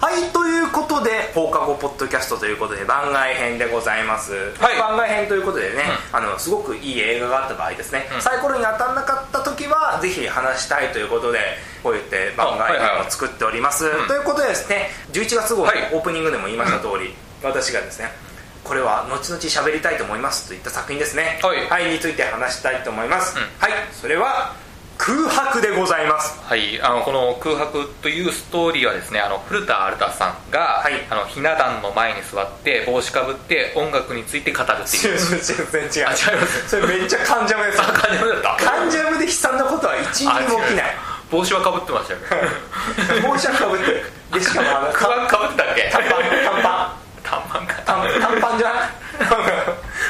はいということで放課後ポッドキャストということで番外編でございます、はい番外編ということでね、あのすごくいい映画があった場合ですね、サイコロに当たんなかった時はぜひ話したいということでこう言って番外あはい編はをい作っております、ということでですね11月号のはいオープニングでも言いました通り、私がですねこれは後々喋りたいと思いますといった作品ですねはいについて話したいと思います、うんはいそれは空白でございます はい、あのこの「空白」というストーリーはですねあの古田新太さんが、はいあのひな壇の前に座って帽子かぶって音楽について語るっていう全然違うあ違いますそれめっちゃ関ジャムです あ感じだった関ジャムで悲惨なことは一あミリも起きな違う帽子はかぶってましたよね い帽子はかぶってるでしかもあのか短ぶかぶって たっけパ短パンかン短パン短短パンじゃない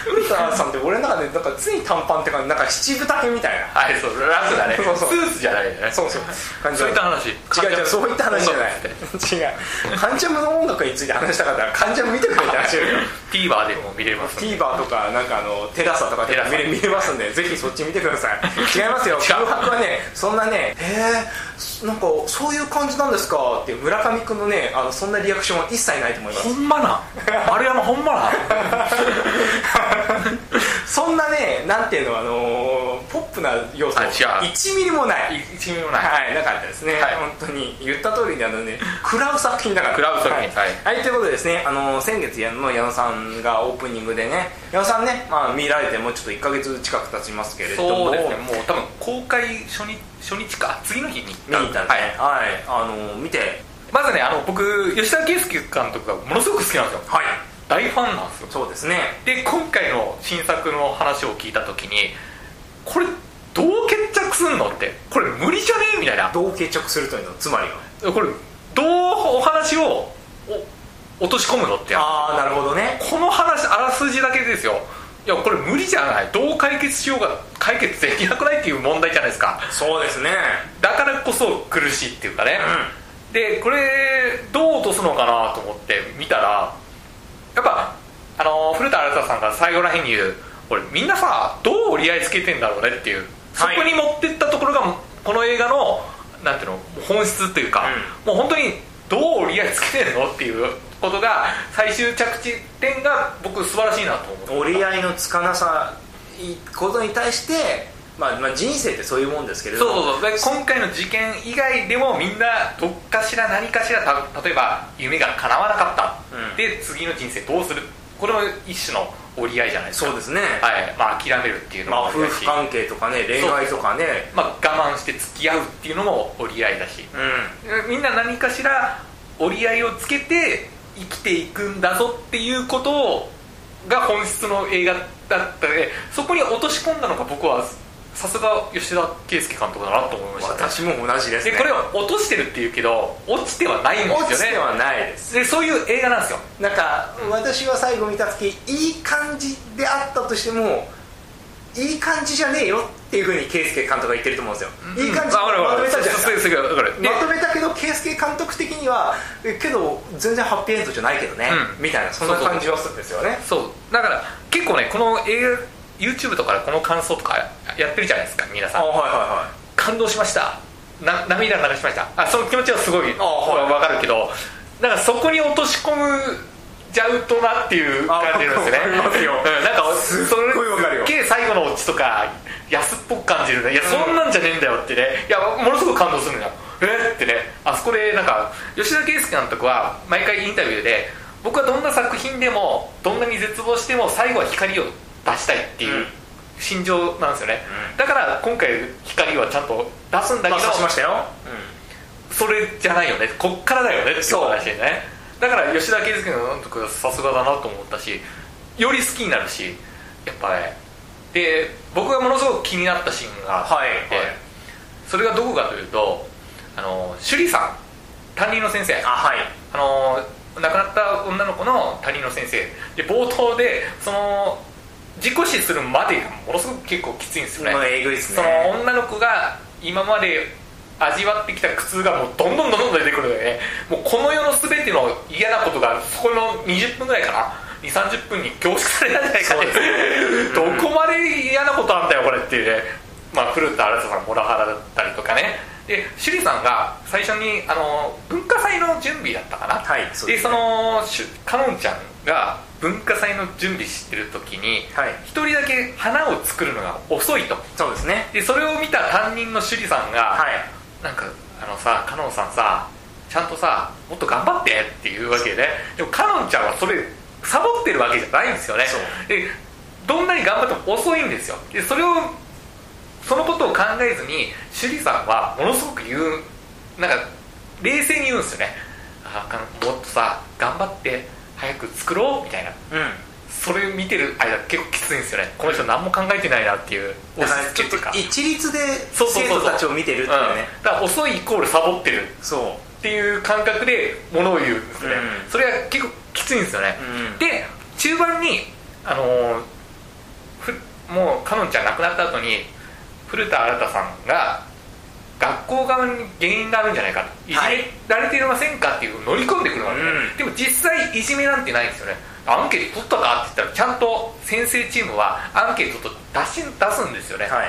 古田さんって 俺の中でなんか常に短パンって感じなんか七分丈みたいなはいそうラスだねそうそうスーツじゃないよねそうそう感じそういった話違う違うそういった話じ ゃない音楽って違う関ジャムの音楽について話したかったら関ジャム見てくれって話だよ TVer でも見れますんで TVer とかなんかあのテラサとかで見れ見れますんでぜひそっち見てください 違いますよ違空う白はねそんなねへえんかそういう感じなんですかって村上君のねあのそんなリアクションは一切ないと思いまほすんま な丸山ほんまなそんなねなんていうのあのーポップな要素あ違う1ミリもない 一ミリもないはい、なかったですね、はい本当に言った通りにあのね食らう作品だから食らう作品はい、ということでですねあの先月矢野矢野さんがオープニングでね矢野さんね、まあ、見られてもうちょっと1か月近く経ちますけれどもそうですねもう多分公開初日初日か次の日に見に行ったんですはねい、はい、あの見てまずねあの僕吉田圭佑監督がものすごく好きなんですよはい大ファンなんですよそうですねで今回の新作の話を聞いた時にこれどう決着すんのってこれ無理じゃねえみたいなどう決着するというのつまりはこれどうお話をお落とし込むのってああなるほどねこの話あらすじだけですよいやこれ無理じゃないどう解決しようが解決できなくないっていう問題じゃないですかそうですねだからこそ苦しいっていうかね、うでこれどう落とすのかなと思って見たらやっぱあの古田新太さんが最後らへんに言う俺みんなさどう折り合いつけてんだろうねっていうそはいこに持ってったところがこの映画のなんていうの本質っていうか、もう本当にどう折り合いつけてんのっていうことが最終着地点が僕素晴らしいなと思ってん折り合いのつかなさいことに対して、まあ、まあ人生ってそういうもんですけれどそうもそうそうで今回の事件以外でもみんなどっかしら何かしらた例えば夢が叶わなかった、うんで次の人生どうするこれも一種の折り合いじゃないですかそうですね、はいまあ、諦めるっていうのまあ、も折夫り合いだ婦し、関係とかね恋愛とかねまあ、我慢して付き合うっていうのも折り合いだしうみんな何かしら折り合いをつけて生きていくんだぞっていうことをが本質の映画だったのでそこに落とし込んだのが僕はさすが吉田圭佑監督だなと思いまんしたね私も同じですでねこれを落としてるっていうけど落ちてはないんですよね落ちてはないですでそういう映画なんですよなんか私は最後見た時いい感じであったとしてもいい感じじゃねえよっていうふうに圭佑監督が言ってると思うんですよ、いい感じあま俺と俺めたじゃないですかそうそうそうだからでまとめたけど圭佑監督的にはえけど全然ハッピーエンドじゃないけどね、うんみたいなそんな感じはするんですよねそうだから結構ねこの映画 YouTube とかでこの感想とかやってるじゃないですか皆さんはいは感動しましたな涙流しましたあその気持ちはすごいあはいわかるけどなんかそこに落とし込むちゃうとなっていうあ感じなんですよねわかりますようん、なんかすっごいわかるよそれすっげえ最後のオチとか安っぽく感じるねいやそんなんじゃねえんだよってねいやものすごく感動するのよえっってねあそこでなんか吉田圭佑監督は毎回インタビューで僕はどんな作品でもどんなに絶望しても最後は光を出したいっていう、うん心情なんですよね、うだから今回光はちゃんと出すんだいけどはい、出しましたよ、それじゃないよねこっからだよねっていうそう話でねだから吉田圭佑の監督はさすがだなと思ったしより好きになるしやっぱねで僕がものすごく気になったシーンがあって、はいはいそれがどこかというとあの趣里さん担任の先生あはいあの亡くなった女の子の担任の先生で冒頭でその自己死するまでがものすごく結構きついんですよねまあえぐいですそねの女の子が今まで味わってきた苦痛がもうどんどんどんどん出てくるのでねもうこの世の全ての嫌なことがそこの20分ぐらいかな2 3 0分に凝縮されたんじゃないかって、どこまで嫌なことあんだよこれっていうね、まあ、古田新太さんモラハラだったりとかねで趣里さんが最初にあの文化祭の準備だったかな、はいそうでですそねのしゅかのんちゃんが文化祭の準備してる時にはい一、人だけ花を作るのが遅いとそうですねでそれを見た担任の趣里さんが、はいなんかあのさかのんさんさちゃんとさもっと頑張ってっていうわけで、ね、でもかのんちゃんはそれサボってるわけじゃないんですよねそうでどんなに頑張っても遅いんですよでそれをそのことを考えずに趣里さんはものすごく言うなんか冷静に言うんですよねあかのんもっとさ頑張って早く作ろうみたいなうんそれ見てる間結構きついんですよねこの人何も考えてないなっていうだか押らしち付ょってけいうかと一律でそうそう生そうそう徒たちを見てるっていうねうんだから遅いイコールサボってるそっていう感覚で物を言うんですね、うんそれは結構きついんですよねう、うんで中盤にあのーふもうかのんちゃん亡くなった後に古田新太さんが学校側に原因があるんじゃないかといじはいめられていませんかっていうのを乗り込んでくるわけで、うんでも実際いじめなんてないんですよねアンケート取ったかって言ったらちゃんと先生チームはアンケートと出し出すんですよね、はい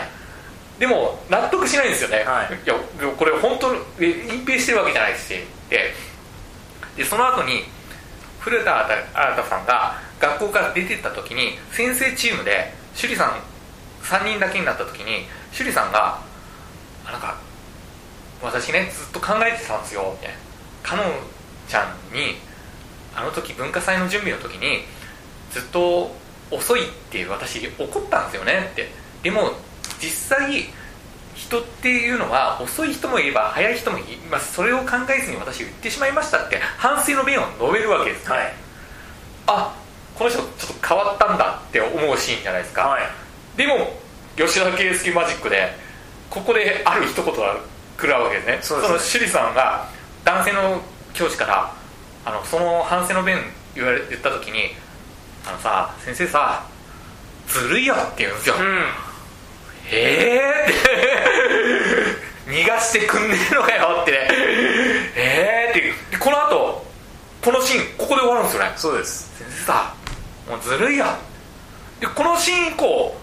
でも納得しないんですよね、はいやでもこれ本当にえ隠蔽してるわけじゃないしででその後に古田新太さんが学校から出てった時に先生チームで趣里さん3人だけになった時に趣里さんがあなんか私ねずっと考えてたんですよみたいなかのんちゃんにあの時文化祭の準備の時にずっと遅いって私怒ったんですよねってでも実際人っていうのは遅い人もいれば早い人もいますそれを考えずに私言ってしまいましたって反省の弁を述べるわけです、はいあこの人ちょっと変わったんだって思うシーンじゃないですか、はいでも吉田圭介マジックでここである一言が来るわけですねそうですねの趣里さんが男性の教師からあのその反省の弁言われ言った時に「あのさ先生さずるいよ」って言うんですよ、うんえーって 逃がしてくんねえのかよってねえーってでこの後このシーンここで終わるんですよねそうです先生さもうずるいやでこのシーン以降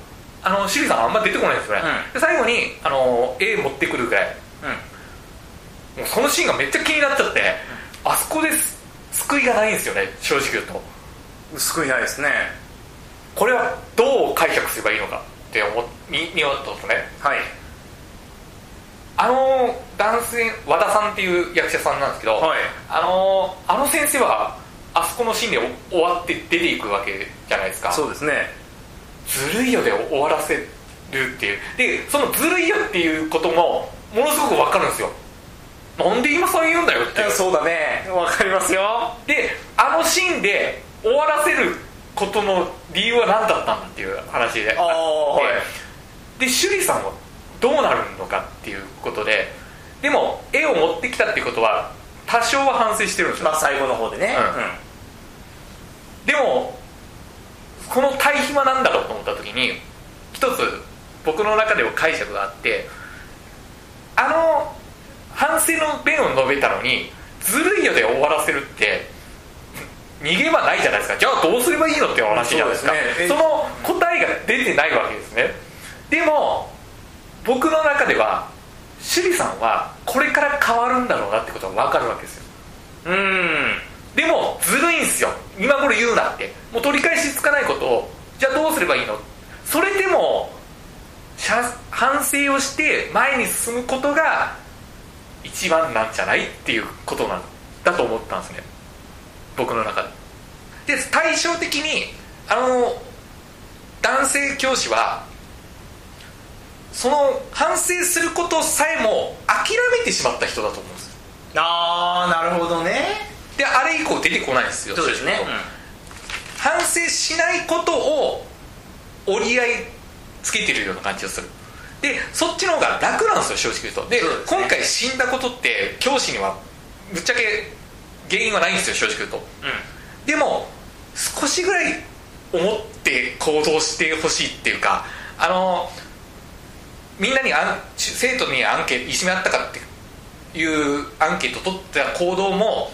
あの趣里さんあんま出てこないんですよね、うんで最後にあの絵持ってくるぐらいうんもうそのシーンがめっちゃ気になっちゃって、あそこです救いがないんですよね正直言うと薄くいないですねこれはどう解釈すればいいのかって思っにに思ったんですねはいあの男性和田さんっていう役者さんなんですけど、はいあのあの先生はあそこのシーンでお終わって出ていくわけじゃないですかそうですねずるいよで終わらせるっていうでそのずるいよっていうこともものすごく分かるんですよなんで今そう言うんだよっていうそうだねわかりますよであのシーンで終わらせることの理由は何だったんだっていう話でああはいで趣里さんはどうなるのかっていうことででも絵を持ってきたっていうことは多少は反省してるんですよ、まあ最後の方でねうんでもこの対比は何だろうと思った時に一つ僕の中では解釈があってあの反省の弁を述べたのにずるいよで終わらせるって逃げ場ないじゃないですかじゃあどうすればいいのっていう話じゃないですかそうですねえその答えが出てないわけですねでも僕の中では趣里さんはこれから変わるんだろうなってことが分かるわけですようんうんでもずるいんすよ今頃言うなってもう取り返しつかないことをじゃあどうすればいいのそれでもしゃ反省をして前に進むことが一番なんじゃないっていうことなんだと思ったんですね僕の中でで対照的にあの男性教師はその反省することさえも諦めてしまった人だと思うんですよああなるほどねであれ以降出てこないんですよ正直言と反省しないことを折り合いつけてるような感じがするでそっちの方が楽なんですよ正直言うとでそうですね今回死んだことって教師にはぶっちゃけ原因はないんですよ正直言うとうんでも少しぐらい思って行動してほしいっていうかあのみんなにあん生徒にアンケートいじめあったかっていうアンケート取った行動も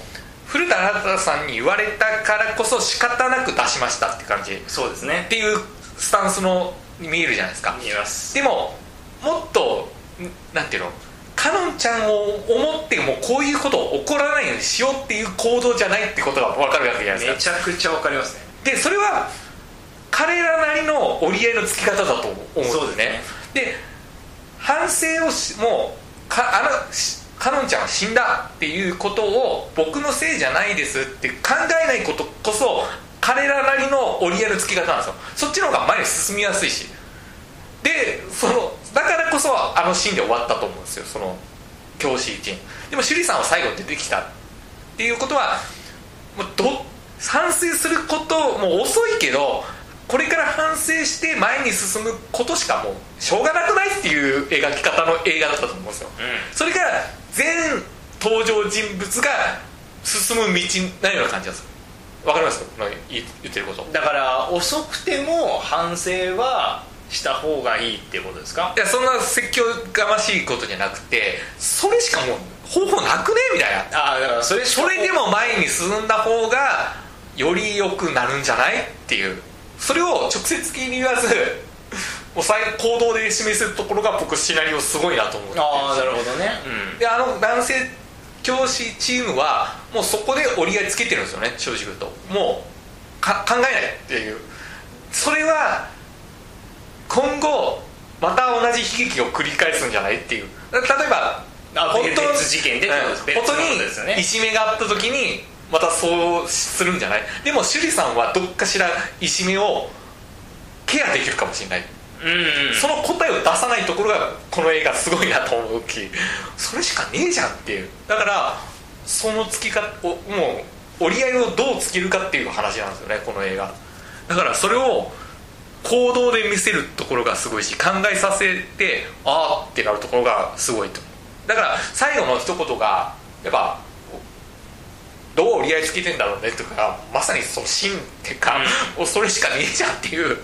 古田新太さんに言われたからこそ仕方なく出しましたって感じっそうですねていうスタンスのに見えるじゃないですか見えますでももっとんなんていうのかのんちゃんを思ってもこういうことを起こらないようにしようっていう行動じゃないってことが分かるわけじゃないめですかちゃくちゃわかりますねでそれは彼らなりの折り合いのつき方だと思うんですねそうですねで反省をしもうかあのしかのんちゃんは死んだっていうことを僕のせいじゃないですって考えないことこそ彼らなりの折り合いのつき方なんですよそっちの方が前に進みやすいしでそのだからこそあのシーンで終わったと思うんですよその教師一員でも趣里さんは最後出てきたっていうことはもうど反省することもう遅いけどこれから反省して前に進むことしかもうしょうがなくないっていう描き方の映画だったと思うんですよ、うそれから全登場人物が進む道なような感じなんですよわかりますこの言言ってることだから遅くても反省はした方がいいってことですかいやそんな説教がましいことじゃなくてそれしかもう方法なくねみたいなああだからそれしかそれでも前に進んだ方がより良くなるんじゃないっていうそれを直接的に言わずもう最行動で示すところが僕シナリオすごいなと思ってああなるほどねであの男性教師チームはもうそこで折り合いつけてるんですよね正直言うともうか考えないっていうそれは今後また同じ悲劇を繰り返すんじゃないっていうだから例えばあ本当別事件でってことですうん別の本こ当とですよねにいじめがあった時にまたそうするんじゃないでも趣里さんはどっかしらいじめをケアできるかもしれないうん、うんその答えを出さないところがこの映画すごいなと思うきそれしかねえじゃんっていうだからそのつきかをもう折り合いをどうつけるかっていう話なんですよねこの映画だからそれを行動で見せるところがすごいし考えさせてああってなるところがすごいとだから最後の一言がやっぱどう折り合いつけてんだろうねとかまさにその芯ってか、もう それしかねえじゃんっていう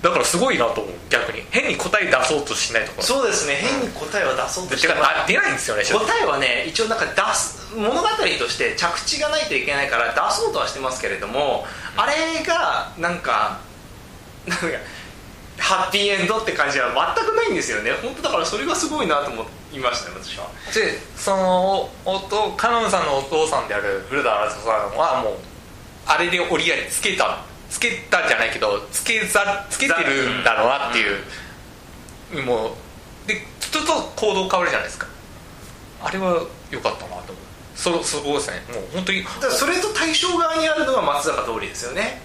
だからすごいなと思う逆に変に答え出そうとしないとかそうですね変に答えは出そうとしててかないあ出ないんですよね正直答えはね一応なんか出す物語として着地がないといけないから出そうとはしてますけれどもあれがなんかなんかハッピーエンドって感じは全くないんですよね本当だからそれがすごいなと思いましたね私はでそのおとカノンさんのお父さんである古田新太さんはもうあれで折り合いつけたつけたじゃないけどつけざつけてるんだろうなっていう、もうで人と行動変わるじゃないですかあれは良かったなと思うそそこですねもう本当にだからそれと対象側にあるのが松坂桃李ですよね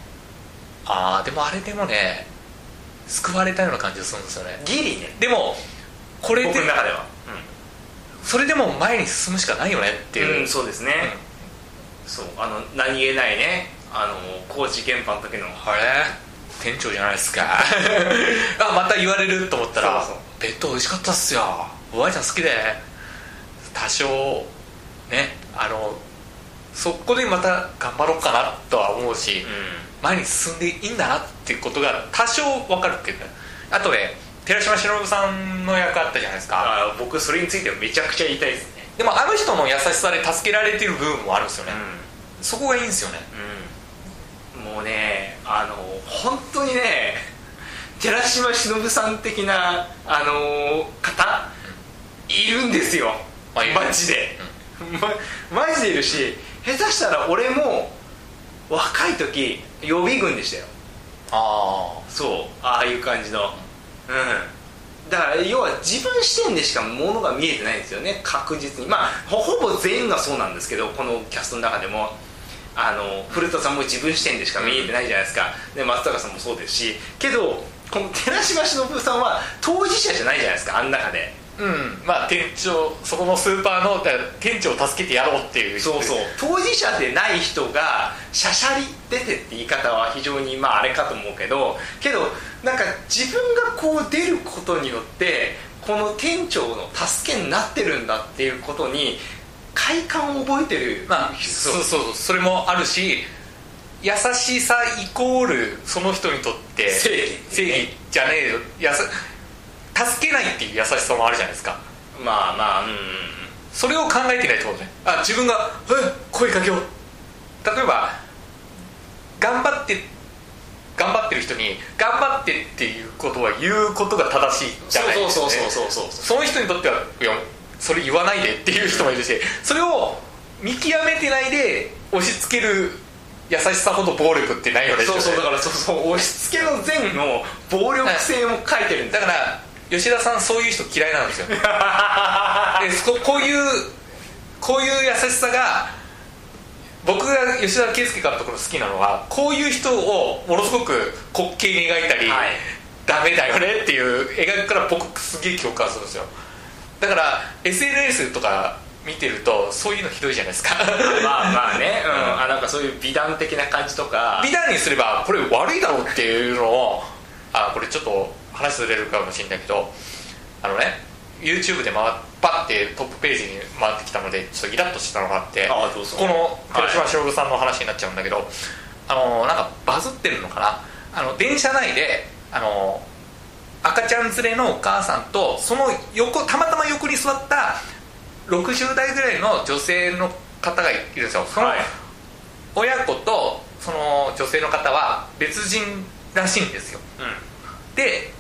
ああでもあれでもね救われたような感じがするんですよねギリねでもこれで僕の中ではそれでも前に進むしかないよねっていう、うんそうですね、そうあの何気ないねあの高知現場の時のあれ店長じゃないですか あまた言われると思ったらそうそう弁当美味しかったっすよおばあちゃん好きで多少ねあのそこでまた頑張ろうかなとは思うし、前に進んでいいんだなっていうことが多少わかるっていうかあとね寺島しのぶさんの役あったじゃないですかあ僕それについてはめちゃくちゃ言いたいですねでもあの人の優しさで助けられてる部分もあるんですよね、うんそこがいいんですよねうんもうねあの本当にね寺島しのぶさん的なあの方いるんですよ、まあいるマジで、まマジでいるし下手したら俺も若い時予備軍でしたよあそうああいう感じのうんだから要は自分視点でしかものが見えてないんですよね確実にまあほほぼ全員がそうなんですけどこのキャストの中でもあの古田さんも自分視点でしか見えてないじゃないですか、で松坂さんもそうですしけどこの寺島しのぶさんは当事者じゃないじゃないですかあん中であうんまあ店長そこのスーパーのだから店長を助けてやろうっていうそうそう当事者でない人が「しゃしゃり出て」って言い方は非常にまああれかと思うけどけどなんか自分がこう出ることによってこの店長の助けになってるんだっていうことに快感を覚えてる、まあそそううそうそうそれもあるし優しさイコールその人にとって正義正義じゃねえよやさ助けないっていう優しさもあるじゃないですかまあまあうんそれを考えてないってことねあ自分が「え声かけよう」例えば頑張って頑張ってる人に「頑張って」っていうことは言うことが正しいじゃないそうそうそううそうそうそうその人にとってはいやそれ言わないでっていう人もいるしそれを見極めてないで押し付ける優しさほど暴力ってないよねそうそうだ人ってからそうそう押し付けの前の暴力性も書いてるん だだから吉田さんそういう人嫌いなんですよでそここういうこういう優しさが僕が吉田圭佑監督の好きなのはこういう人をものすごく滑稽に描いたり、はいダメだよねっていう描きから僕すげえ共感するんですよだから SNS とか見てるとそういうのひどいじゃないですかまあまあね、うん、あなんかそういう美談的な感じとか美談にすればこれ悪いだろうっていうのをあこれちょっと話ずれるかもしれないけどあのね YouTube で回っパッてトップページに回ってきたのでちょっとイラッとしたのがあってあどうぞこの寺島しのぶさんの話になっちゃうんだけど、あのなんかバズってるのかなあの電車内であの赤ちゃん連れのお母さんとその横たまたま横に座った60代ぐらいの女性の方がいるんですよそのはい親子とその女性の方は別人らしいんですようで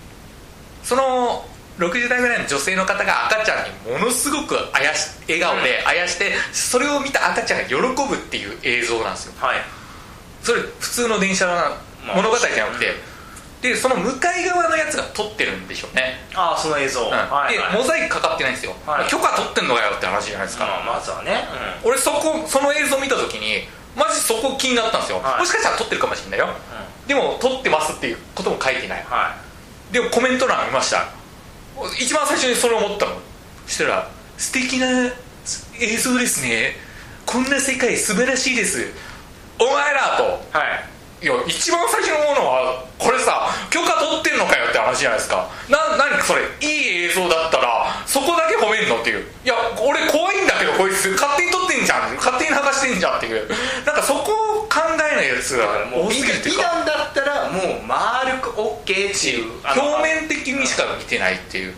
その60代ぐらいの女性の方が赤ちゃんにものすごくあやし笑顔であやしてそれを見た赤ちゃんが喜ぶっていう映像なんですよんはいそれ普通の電車のまあ物語じゃなくてうでその向かい側のやつが撮ってるんでしょうね、ああその映像、うんはい、はいでモザイクかかってないんですよ、はい許可取ってんのかよって話じゃないですか、まあまずはね、俺そこその映像見た時にマジそこ気になったんですよ、はいもしかしたら撮ってるかもしれないよ、んでも撮ってますっていうことも書いてないうん、はいでもコメント欄見ました一番最初にそれ思ったのそしたら「素敵な映像ですねこんな世界素晴らしいですお前ら」とはいいや一番最初に思うのはこれさ許可取ってんのかよって話じゃないですかな何それいい映像だったらそこだけ褒めんのっていういや俺怖いんだけどこいつ勝手に撮ってんじゃん勝手に流してんじゃんっていうなんかそこを考えないやつがだからもう多美すぎるっていうか談だったらもう丸く OK っていうあの表面的にしか見てないっていう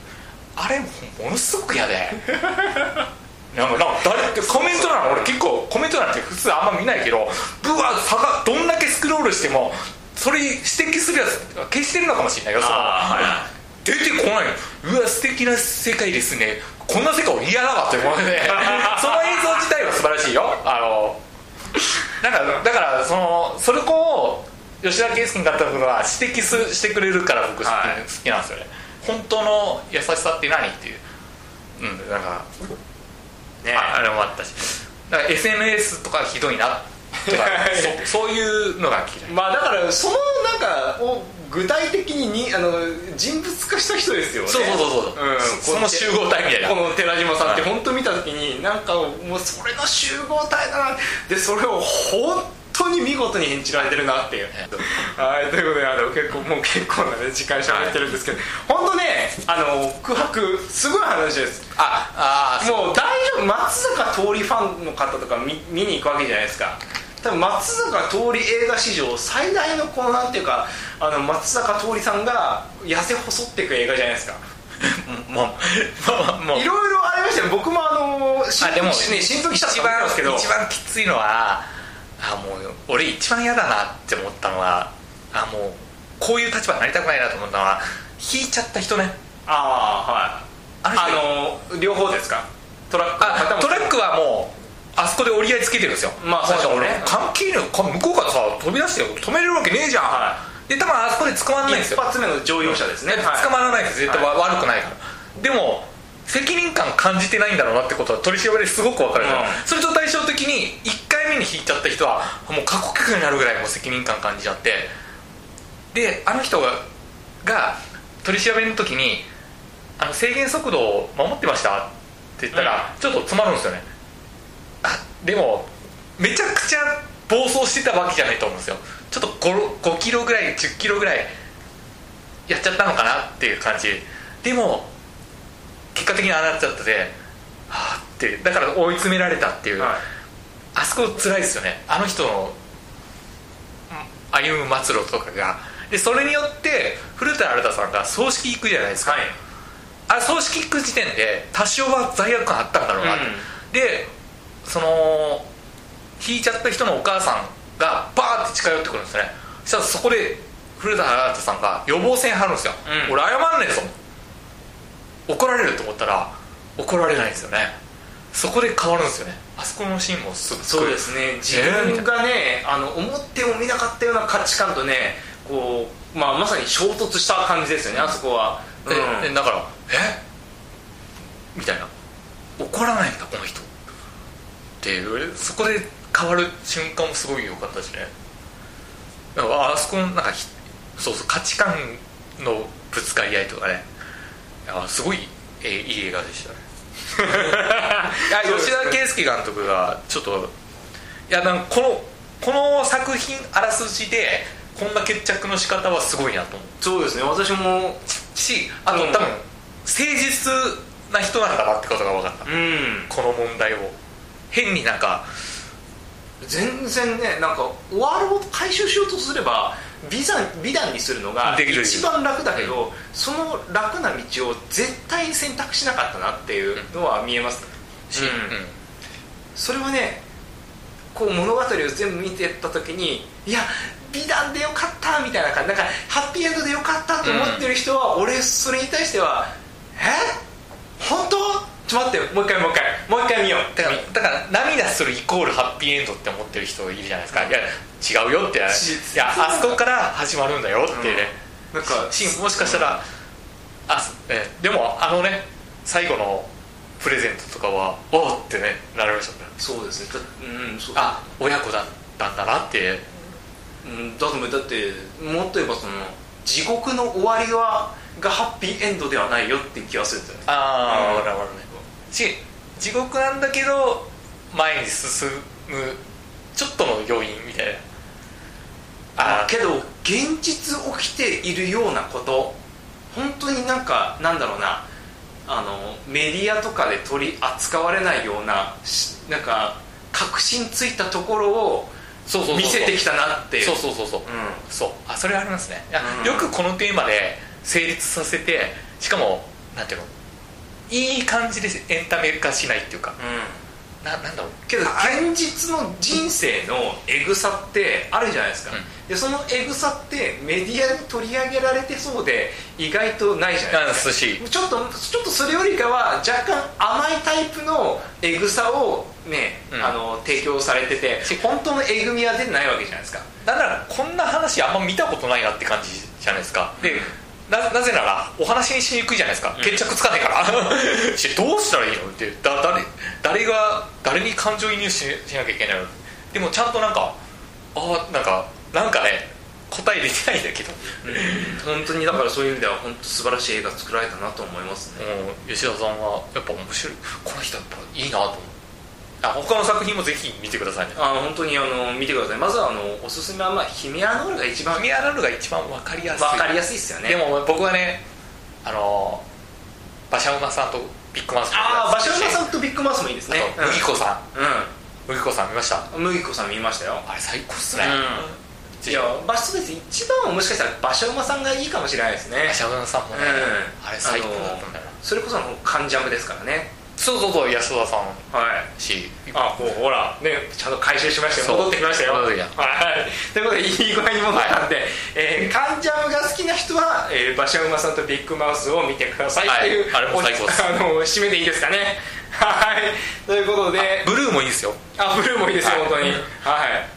あれものすごく嫌で なんかなんか誰ってコメント欄俺結構コメント欄って普通あんま見ないけどブワーさがどんだけスクロールしてもそれ指摘するやつ消してるのかもしれないよそのあ出てこないのうわ素敵な世界ですねこんな世界俺嫌だわって思って その映像自体は素晴らしいよあのなんかだからそのそれこを吉田圭佑になったことは指摘すしてくれるから僕好き,、はい好きなんですよね本当の優しさって何っていううんなんかーねああれもあったしだから SNS とかひどいなとか そそういうのが嫌いまあだからそのなんかを具体的ににあの人物化した人ですよねそうそうそうそう、ん、そその集合体みたいなこの寺島さんってはい本当見た時になんかもうそれの集合体だなでそれを本当に見事に演じられてるなっていうはいということであの結構もう結構な、ね、時間しゃべってるんですけど、本当ねあの空白すごい話ですああーそうもう大丈夫松坂桃李ファンの方とか見見に行くわけじゃないですか多分松坂桃李映画史上最大のこのなんていうかあの松坂桃李さんが痩せ細っていく映画じゃないですかもう、もう、もうい、ろいろありましたよ僕もあのー、あ、でも、ね新聞記者一だったん番ですけど、一番きついのは、あ、もう、俺一番嫌だなって思ったのは、あ、もう、こういう立場になりたくないなと思ったのは、引いちゃった人ね。あああのはいあ人のー両方ですかトラックの方あもトラックはもう、あそこで折り合いつけてるんですよ。まあそうでしょうねも俺関係ねえよか向こうからさ、飛び出してよ止めれるわけねえじゃん。はで、多分あそこで捕まらないんです一よ。発目の乗用車ですね、はい捕まらないです絶対わ、悪くないからでも責任感感じてないんだろうなってことは取り調べですごく分かるじゃん、うんそれと対照的に1回目に引いちゃった人はもう過呼吸になるぐらいもう責任感感じちゃってであの人がが取り調べの時にあの制限速度を守ってましたって言ったら、ちょっと詰まるんですよねあでもめちゃくちゃ暴走してたわけじゃないと思うんですよちょっと 5, 5キロぐらい10キロぐらいやっちゃったのかなっていう感じでも結果的にああなっちゃったではあってだから追い詰められたっていう、はいあそこ辛いですよねあの人のうん歩む末路とかがでそれによって古田新太さんが葬式行くじゃないですか、はいあ葬式行く時点で多少は罪悪感あったんだろうなって、うんでその引いちゃった人のお母さんがバーって近寄ってくるんですねそしたらそこで古田新太さんが予防線張るんですよ、うん俺謝んねえぞ怒られると思ったら怒られないんですよねそこで変わるんですよねあそこのシーンもすっごいそうですね自分がね、あの思ってもみなかったような価値観とねこう、まあ、まさに衝突した感じですよねあそこは、うんええだから「えみたいな「怒らないんだこの人」っていうそこで変わる瞬間もすごい良かったしねだからあそこのなんかひそうそう価値観のぶつかり合いとかねあすごい、えーいい映画でしたねいや吉田圭佑監督がちょっといやなんかこのこの作品あらすじでこんな決着の仕方はすごいなと思うそうですね私もしあと、うん多分誠実な人なんだなってことが分かった、うんこの問題を変になんか全然ねなんか終わろう回収しようとすれば美談美談にするのができる一番楽だけど、その楽な道を絶対選択しなかったなっていうのは見えます、し、うんそれはねこう物語を全部見てった時にいや美談でよかったみたいな感じなんかハッピーエンドでよかったと思ってる人は、俺それに対してはえ本当ちょっと待ってもう一回もう一回もう一回見ようだからだから涙するイコールハッピーエンドって思ってる人いるじゃないですか、いや違うよっていやしあそこから始まるんだよっていうね、なんかシーンもしかしたら、あそえでもあのね最後のプレゼントとかはおーってねなりましたねそうですねだうんそうあ親子だったんだなってうんだってだってもっと言えばその地獄の終わりはがハッピーエンドではないよっていう気がするんですよねあうんあ、なるほどねし地獄なんだけど前に進むちょっとの要因みたいなあけど現実起きているようなこと本当になんかなんだろうなあのメディアとかで取り扱われないようなしなんか確信ついたところをそうそうそうそう見せてきたなっていうそうそうそうそう、うそうあそれありますねいやうんよくこのテーマで成立させてしかもなんていうのいい感じでエンタメ化しないっていうかん、うん、ななんだろうけど現実の人生のえぐさってあるじゃないですか、うんでそのえぐさってメディアに取り上げられてそうで意外とないじゃないあでのすか寿司ちょっとちょっとそれよりかは若干甘いタイプのえぐさをね、うんあの提供されてて本当のえぐみは出てないわけじゃないですかなんならこんな話あんま見たことないなって感じじゃないですかで、うんななぜならお話にしにくいじゃないですかうん決着つかない からしどうしたらいいのってだ誰誰が誰に感情移入ししなきゃいけないのでもちゃんとなんかああなんかなんかね答え出てないんだけど、本当にだからそういう意味では本当素晴らしい映画作られたなと思いますねうん、吉田さんはやっぱ面白いこの人やっぱいいなと思うあ他の作品もぜひ見てくださいねあの本当にあの見てくださいまずはあのおすすめはまあヒメアノールが一番組み合わるが一番わかりやすいわかりやすいですよねでも僕はねあのー馬車馬さんとビッグマウスああ馬車馬んさんとビッグマウスもいいですね麦子さうん麦子さん見ましたん、うん、麦子さん見ましたよあれ最高っすね、いや馬車別一番はもしかしたら馬車馬さんがいいかもしれないですね馬車馬さんもね、うんあれ最高だったんだよな、あのそれこそあのカンジャムですからねそうそうそう安田さんはいしあこうほらねちゃんと回収しましたそうよ戻ってきましたよ戻っはていきということでいい具合に戻ったんで、えーカンジャムが好きな人は、えー、馬車馬さんとビッグマウスを見てくださいっていう、はいあれも最高ですおあの締めでいいですかねはいということでブルーもいいんですよあブルーもいいですよ、はい本当に、はい、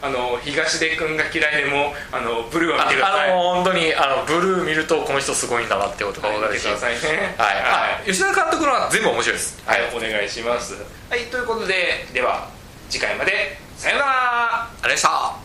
あの東出君が嫌いでもあのブルーは見てくだあさい、の本当にあのブルー見るとこの人すごいんだなってことが分かはい見てるし、くださいねはいあ吉田監督のは全部面白いですはい、お願いしますはいということででは次回までさようならありがとうございました